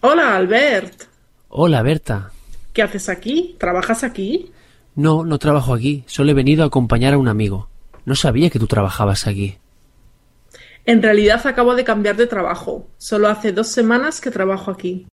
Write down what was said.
Hola, Albert. Hola, Berta. ¿Qué haces aquí? ¿Trabajas aquí? No, no trabajo aquí. Solo he venido a acompañar a un amigo. No sabía que tú trabajabas aquí. En realidad acabo de cambiar de trabajo. Solo hace dos semanas que trabajo aquí.